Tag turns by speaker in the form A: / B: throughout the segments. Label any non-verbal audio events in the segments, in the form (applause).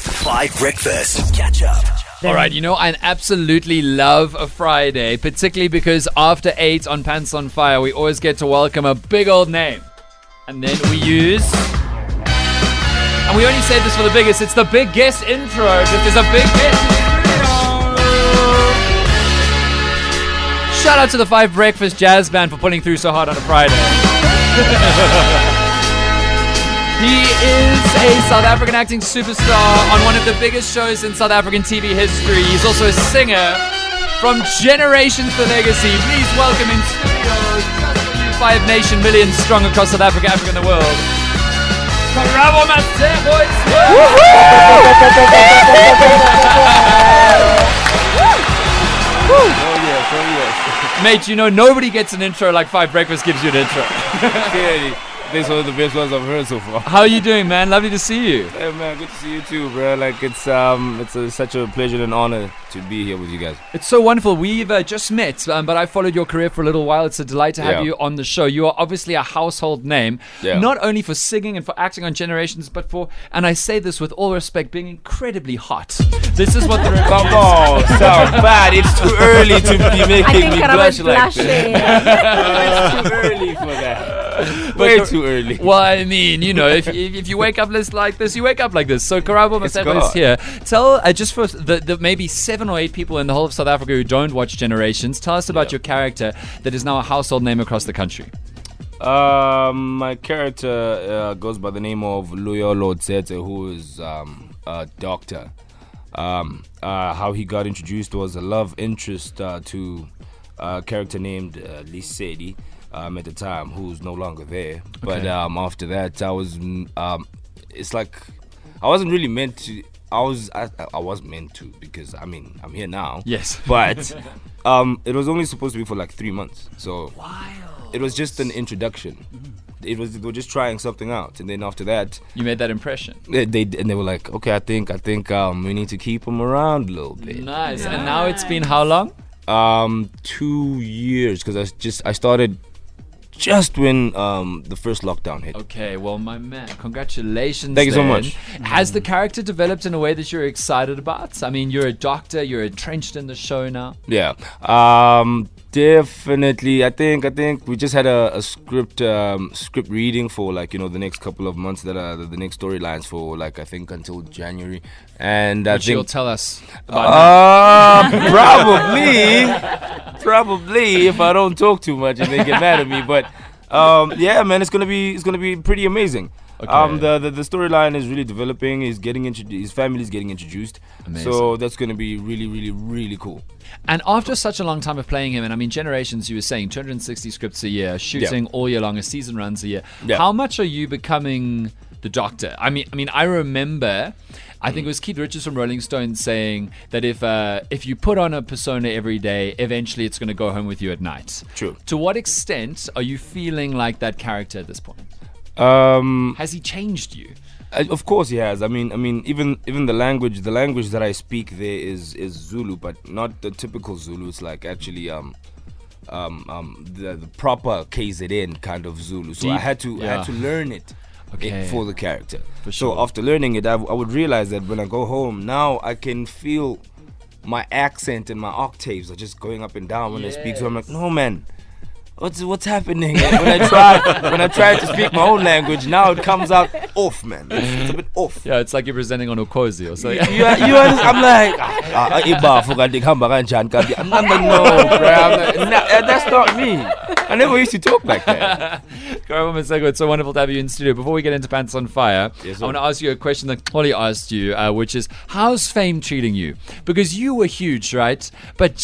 A: Five Breakfast. Catch up.
B: All right, you know, I absolutely love a Friday, particularly because after eight on Pants on Fire, we always get to welcome a big old name. And then we use. And we only save this for the biggest. It's the big guest intro. This is a big guest. Shout out to the Five Breakfast Jazz Band for pulling through so hard on a Friday. He is a South African acting superstar on one of the biggest shows in South African TV history. He's also a singer from Generations to Legacy. Please welcome in studio, five nation millions strong across South Africa, Africa, and the world. Karabo Masebo, it's- Mate, you know, nobody gets an intro like Five Breakfast gives you an intro.
C: Clearly, this is one of the best ones I've heard so far.
B: How are you doing, man? Lovely to see you.
C: Hey man, good to see you too, bro. Like it's um, it's a, such a pleasure and honor to be here with you guys.
B: It's so wonderful. We've uh, just met, um, but I followed your career for a little while. It's a delight to have
C: Yeah.
B: you on the show. You are obviously a household name,
C: Yeah.
B: not only for singing and for acting on Generations, but for, and I say this with all respect, being incredibly hot. This is
C: (laughs)
B: what the
C: Come
B: record
C: on, sound bad. It's too early to be
D: I
C: making
D: think
C: me
D: Karaman's
C: blush like
D: blushing.
C: this. It's too early for that. Way too early.
B: Well, I mean, you know, if, if, if you wake up this like this, you wake up like this. So Karabo
C: It's
B: Masebo is
C: God.
B: here. Tell uh, just for the, the maybe seven or eight people in the whole of South Africa who don't watch Generations, tell us about your character that is now a household name across the country.
C: Um, my character uh, goes by the name of Loyolo Tsetse, who is um, a doctor. Um, uh, how he got introduced was a love interest uh, to a character named uh, Lisedi um, at the time, who's no longer there. But um, after that, I was. mm, Um, it's like I wasn't really meant to. I was I, I was meant to because I mean I'm here now.
B: Yes.
C: But um, it was only supposed to be for like three months. So it was just an introduction. It was they were just trying something out, and then after that,
B: You made that impression.
C: they, they and they were like, okay, I think I think um, we need to keep them around a little bit.
B: Nice. And now it's been how long?
C: Um, two years because I s- just I started just when um the first lockdown hit.
B: Okay, well, my man, congratulations.
C: Thank you so
B: then.
C: much.
B: Has the character developed in a way that you're excited about? I mean, you're a doctor, you're entrenched in the show now.
C: Yeah. Um definitely I think I think we just had a, a script um script reading for like, you know, the next couple of months that are the, the next storylines for like I think until January. And I
B: Which you'll
C: think
B: tell us about.
C: uh, probably probably if I don't talk too much and they get mad at me, but um yeah, man, it's going to be it's going to be pretty amazing. Um,
B: Okay.
C: the the, the storyline is really developing. He's getting introduced. His family's getting introduced. So
B: Amazing.
C: that's gonna be really, really, really cool.
B: And after such a long time of playing him, and I mean, generations, you were saying 260 scripts a year, shooting all year long, a season runs a year.
C: Yeah.
B: How much are you becoming the doctor? I mean, I mean, I remember, I think it was Keith Richards from Rolling Stone saying that if uh, if you put on a persona every day, eventually it's going to go home with you at night.
C: True.
B: To what extent are you feeling like that character at this point?
C: Um,
B: Has he changed you?
C: Uh, of course he has. I mean, I mean, even even the language, the language that I speak there is is Zulu, but not the typical Zulu. It's like actually um um um the, the proper KZN kind of Zulu. So I
B: Deep-
C: had to I
B: yeah.
C: had to learn it. i-
B: Okay.
C: For the character,
B: For
C: so
B: sure.
C: after learning it, I, w- I would realize that when I go home now, I can feel my accent and my octaves are just going up and down when I speak. So I'm like, no man, what's what's happening? And when I try when I try to speak my own language, now it comes out off, man. It's, it's a bit off.
B: Yeah, it's like you're presenting on Okozi or
C: You,
B: (laughs) something.
C: you, you understand? I'm like, ah, ah, iba, fuga, dig, hamba, kanjan, kabi. I'm like, no, bro. I'm like, nah, eh, that's not me. I never used to talk like that.
B: Karabo Masego, it's so wonderful to have you in studio. Before we get into Pants on Fire,
C: Yes, sir.
B: I want to ask you a question that Holly asked you, uh, which is How's fame treating you? Because you were huge, right? But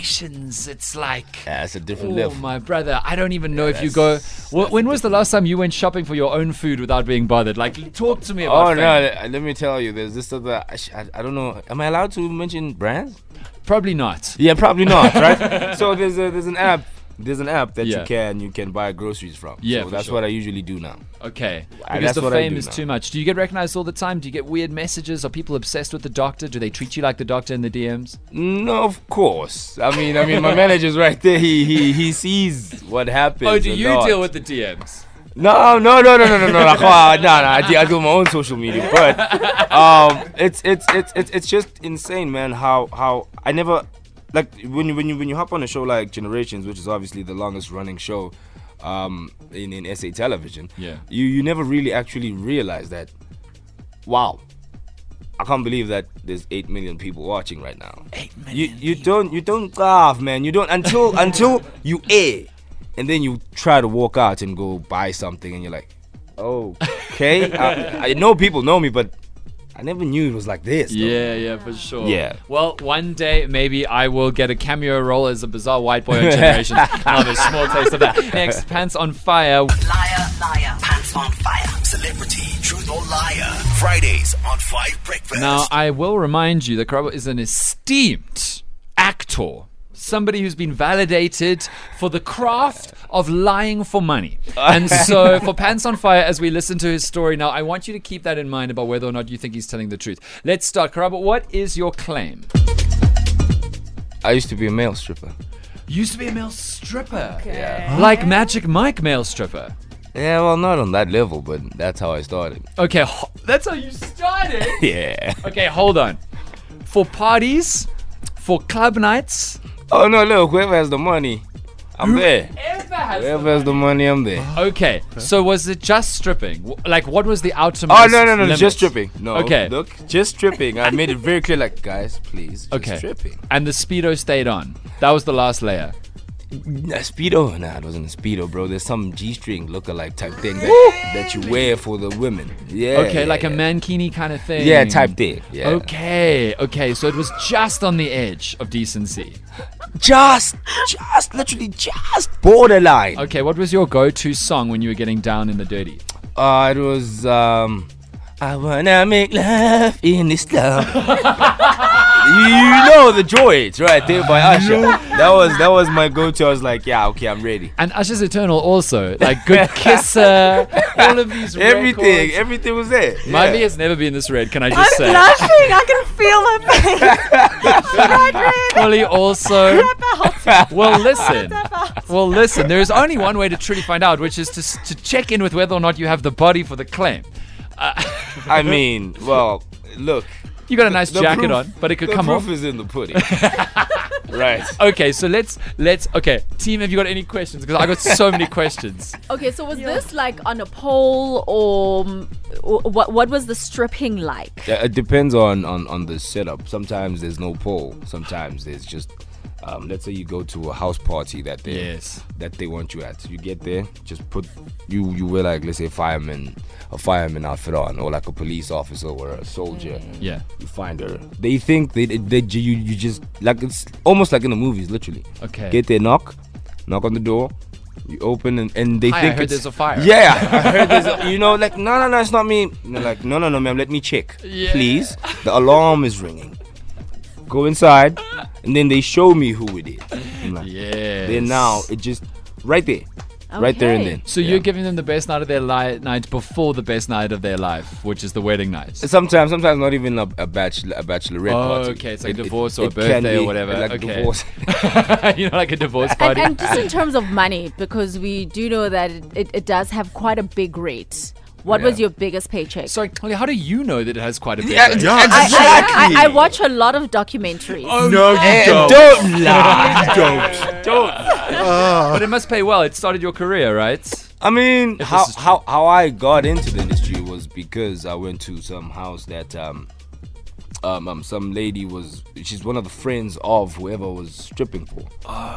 B: generations, it's like.
C: Yeah, it's a different
B: Oh,
C: level.
B: my brother, I don't even know if you go. Wh- when was the last time you went shopping for your own food without being bothered? Like, talk to me about
C: Oh no!
B: fame.
C: le- Let me tell you, there's this other. I, sh- I, I don't know. Am I allowed to mention brands?
B: Probably not.
C: Yeah, probably not, (laughs) right? so there's a, there's an app. There's an app that
B: Yeah.
C: you can you can buy groceries from.
B: Yeah,
C: so
B: for
C: that's
B: sure.
C: what I usually do now.
B: Okay.
C: Ah,
B: Because
C: that's
B: the
C: what I
B: fame
C: do
B: is
C: now.
B: too much. Do you get recognized all the time? Do you get weird messages? Are people obsessed with the doctor? Do they treat you like the doctor in the DMs?
C: No, of course. I mean,
B: Oh,
C: I mean, my manager's right there. He he he sees what happens. a lot.
B: with the DMs?
C: No, no, no, no, no, no, no, no, no, no. I do, I do my own social media, but um, it's it's it's it's it's just insane, man. How how I never like when you when you when you hop on a show like Generations, which is obviously the longest running show um in in SA television.
B: Yeah.
C: You you never really actually realize that. Wow. I can't believe that there's eight million people watching right now. Eight million. You you don't you don't laugh, man. You don't
B: (laughs)
C: until until you air, and then you try to walk out and go buy something, and you're like,
B: (laughs)
C: okay. I, I know people know me, but I never knew it was like this. though.
B: Yeah, yeah, for sure.
C: Yeah.
B: Well, one day maybe I will get a cameo role as a bizarre white boy on Generation. I'll have a small taste of that. Next, Pants on Fire.
A: Liar, liar, pants on fire. Celebrity, truth or liar. Fridays on Five Breakfast.
B: Now, I will remind you that Karabo is an esteemed actor, somebody who's been validated for the craft of lying for money. And so, for Pants on Fire, as we listen to his story now, I want you to keep that in mind about whether or not you think he's telling the truth. Let's start. Karabo, what is your claim?
C: I used to be a male stripper.
B: Used to be a male stripper.
C: Yeah.
B: Like Magic Mike male stripper.
C: Yeah, well, not on that level, but that's how I started. (laughs)
B: Okay, ho- that's how you started.
C: Yeah.
B: Okay, hold on. For parties, for club nights,
C: Oh no, look, whoever has the money, I'm there.
B: ever has Oh,
C: Whoever has the money, I'm there.
B: Okay, so was it just stripping? W- Like, what was the ultimate?
C: Oh no no no! Just stripping. No.
B: Okay.
C: Look, just stripping. I made it very clear, like guys, please. Just
B: Okay.
C: Stripping.
B: And the speedo stayed on. That was the last layer.
C: A speedo? Nah, it wasn't a speedo, bro. There's some G-string lookalike type thing that, that you wear for the women. Yeah.
B: okay,
C: yeah,
B: like a
C: yeah.
B: mankini kind of thing.
C: Yeah, type thing. Yeah.
B: Okay, okay, so it was just on the edge of decency.
C: Just, just, literally, just borderline.
B: Okay, what was your go-to song when you were getting down in the dirty?
C: Uh, it was um, I wanna make love in this
B: (laughs)
C: love. you know the joints right there by Usher. That was that was my go-to. I was like, yeah, okay, I'm ready.
B: And Usher's Eternal also, like
C: (laughs)
B: Good Kisser, all of these
C: Everything,
B: records.
C: everything was there.
B: Miley
C: Yeah.
B: has never been this red. Can I just say?
D: laughing. I can feel her face.
B: Fully also. Well, listen. Well, listen. There is only one way to truly find out, which is to s- to check in with whether or not you have the body for the claim.
C: I mean, well, look,
B: You got a nice
C: the
B: jacket
C: proof-
B: on, but it could
C: the
B: come
C: proof
B: off.
C: is in
B: (laughs)
C: the pudding. right.
B: Okay, so let's let's okay, team. Have you got any questions? Because I got so many
C: (laughs)
B: questions.
E: (laughs) Okay, so was this like on a pole or, um, or what? What was the stripping like?
C: Yeah, it depends on, on on the setup. Sometimes there's no pole. Sometimes there's just, um, let's say you go to a house party that they
B: Yes.
C: that they want you at. You get there, just put you you wear like let's say fireman a fireman outfit on, or like a police officer or a soldier.
B: Yeah.
C: You find her. They think they they you you just like it's almost like in the movies, literally.
B: Okay.
C: Get there, knock, knock on the door. You open and, and they
B: Hi, I
C: think
B: heard
C: it's-
B: there's a fire.
C: Yeah, (laughs) I heard there's a, you know like no no no it's not me. And they're like no no no ma'am let me check
B: Yeah.
C: please. The alarm is ringing. Go inside and then they show me who it is. I'm like,
B: Yeah.
C: Then now it just right there, right there and
E: Okay.
C: then.
B: So
C: Yeah.
B: you're giving them the best night of their li- night before the best night of their life, which is the wedding night.
C: Sometimes, sometimes not even a, a bachelor, a bachelorette
B: Oh,
C: party.
B: okay, it's like
C: It-
B: a
C: it-
B: divorce or a
C: it can
B: birthday
C: be
B: or whatever.
C: Like
B: okay.
C: divorce.
B: (laughs) you know, like a divorce
E: And,
B: party.
E: and just in terms of money, because we do know that it, it, it does have quite a big rate. What was
C: Yeah.
E: your biggest paycheck?
B: Sorry, Carly, how do you know that it has quite a bit?
C: (laughs) Yeah,
B: of-
E: I,
C: exactly.
E: I, I, I watch a lot of documentaries.
B: no,
C: Eh, don't lie. don't.
B: But it must pay well. It started your career, right?
C: I mean,
B: If
C: how,
B: this is
C: how how I got into the industry was because I went to some house that um, um, um some lady was she's one of the friends of whoever was stripping for.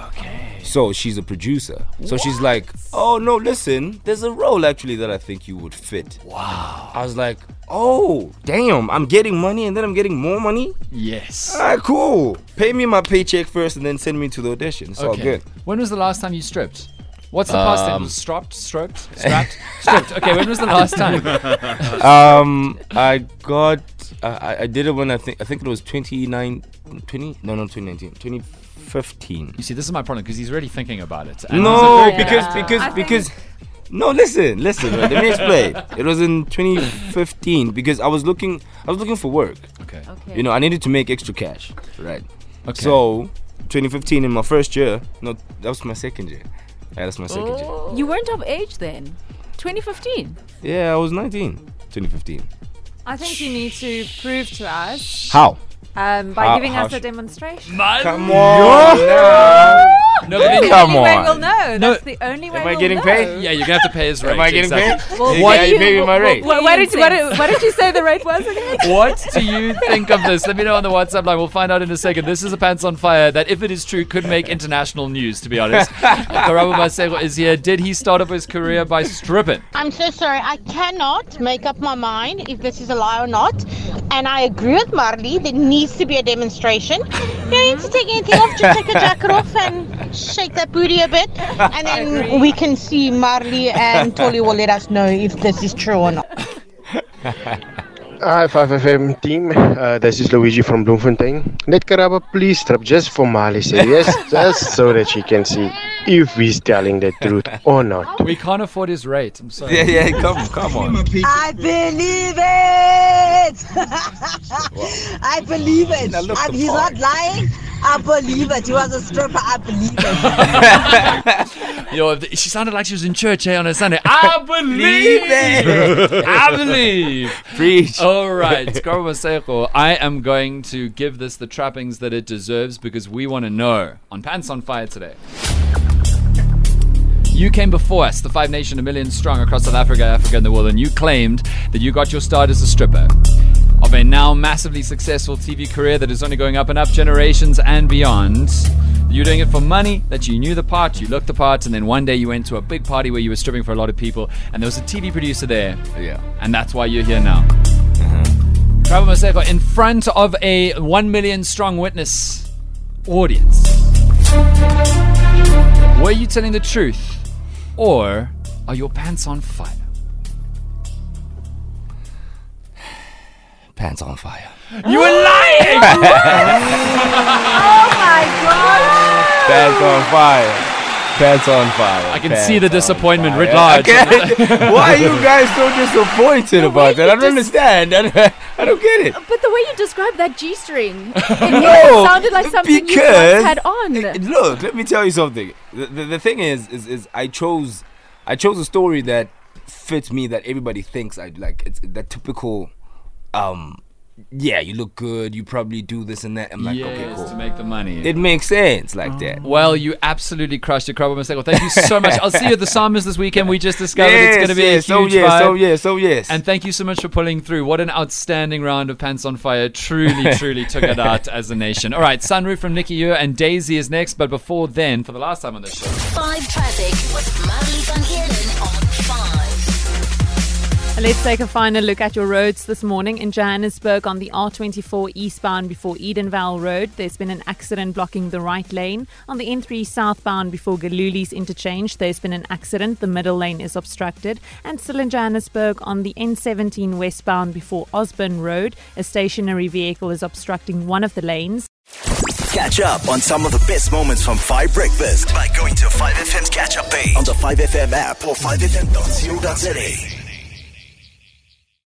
C: Okay. So she's a producer. So she's like, oh no, listen, there's a role actually that I think you would fit. Wow. I was like, oh damn, I'm getting money and then I'm getting more money.
B: Yes.
C: All right, cool. Pay me my paycheck first and then send me to the audition. It's all good.
B: When was the last time you stripped? What's the past tense? Stropped, stroked, strapped, stripped. Okay, when was the last time?
C: um, I got, I, I- I did it when I think, I think it was 29, 20, no, no, 2019, 2015.
B: You see, this is my problem because he's really thinking about it. And he's
C: No,
B: a very-
C: because,
E: Yeah.
C: because,
D: I
C: because, no, listen, listen, man, let me (laughs) explain. It was in 2015 because I was looking, I was looking for work.
B: Okay.
E: okay.
C: You know, I needed to make extra cash. Right.
B: Okay.
C: So, 2015 in my first year, no, that was my second year. Yeah, that's my second year.
E: You weren't of age then. 2015.
C: Yeah, I was 19, 2015.
F: I think you need to prove to us
C: How?
F: um, by
C: How-
F: giving
C: how
F: us a
C: sh-
F: demonstration.
B: Man.
C: Come on. now.
B: No, but
E: (laughs)
B: then,
C: Come
F: Anyway,
C: on.
F: we'll know.
B: No.
F: That's the only way
C: Am I
F: we'll
C: getting
F: know.
C: paid?
B: yeah, you're gonna have to pay his rate.
C: Am I getting paid?
B: exactly.
F: Well,
C: Yeah,
F: what
C: you
F: do you-
C: pay me my rate.
F: Why, why did you, why, did, why did you say the rate was
E: (laughs)
F: again?
B: What do you think of this? Let me know on the WhatsApp line. We'll find out in a second. This is a pants on fire that, if it is true, could make international news. To be (laughs) honest, Karabo Masego is here. Did he start off his career by stripping?
G: I'm so sorry. I cannot make up my mind if this is a lie or not. And I agree with Marley. There needs to be a demonstration. You don't need to take anything off. Just take a jacket off and shake that booty a bit. And then we can see Marley and Tolly will let us know if this is true or not.
H: Hi, 5FM team. Uh, this is Luigi from Bloemfontein. Let Karaba please strip just for Marley's sake. Yes, just so that she can see if he's telling the truth or not.
B: We can't afford his rate. I'm sorry.
C: Yeah, yeah, come, come on.
I: I believe (laughs) it. I believe it.
C: Now look
I: I-
C: the
I: he's
C: part.
I: not lying. I believe it. He was a stripper. I believe it.
B: Yo, th- she sounded like she was in church eh, on a Sunday. I (laughs) believe it. I believe.
C: Preach.
B: All right, Karabo Masego, I am going to give this the trappings that it deserves because we want to know on Pants on Fire today. You came before us, the Five Nation, a million strong across South Africa, Africa, and the world, and you claimed that you got your start as a stripper of a now massively successful TV career that is only going up and up generations and beyond. You're doing it for money, that you knew the part, you looked the part, and then one day you went to a big party where you were stripping for a lot of people, and there was a TV producer there
C: Yeah. Mm-hmm.
B: and that's why you're here now. Trevor Maseko in front of a one million strong witness audience. Were you telling the truth, or are your pants on fire?
C: Pants on fire.
B: You were
C: (laughs)
F: (laughs) Oh
B: lying.
C: Pants on fire. Pants on fire.
B: I can
C: Pants
B: see the
C: on
B: disappointment
C: fire.
B: writ large.
C: Okay. (laughs) Why are you guys so disappointed about that? I don't understand. I don't, I don't get it.
E: But the way you described that G
F: (laughs)
E: string, it,
C: No,
E: it sounded like something you
C: because-
E: once had on.
C: Hey, Look, let me tell you something. The, the, the thing is, is, is I chose, I chose a story that fits me that everybody thinks I like. It's that typical, um, yeah, you look good. You probably do this and that. I'm like, okay,
B: Yes, to
C: cool.
B: make the money.
C: It makes sense like that.
B: well, you absolutely crushed it, Crabbe Maseko. Thank you so much. I'll see you at the Summers this weekend. We just discovered it's going to be
C: yes,
B: a huge
C: oh yes,
B: vibe.
C: oh yes, oh yes.
B: And thank you so much for pulling through. What an outstanding round of Pants on Fire.
C: (laughs)
B: Truly, truly took it out as a nation. All right, Sunroof from Nikki Ure and Daisy is next. But before then, for the last time on this show,
J: Five traffic with Marley Van Heerden on five.
F: Let's take a final look at your roads this morning in Johannesburg on the R24 eastbound before Edenvale Road. There's been an accident blocking the right lane. On the N3 southbound before Galuli's interchange, there's been an accident. The middle lane is obstructed. And still in Johannesburg on the N17 westbound before Osborne Road, a stationary vehicle is obstructing one of the lanes.
A: Catch up on some of the best moments from 5 Breakfast by going to 5FM's catch up page on the 5FM app or 5FM.co.za.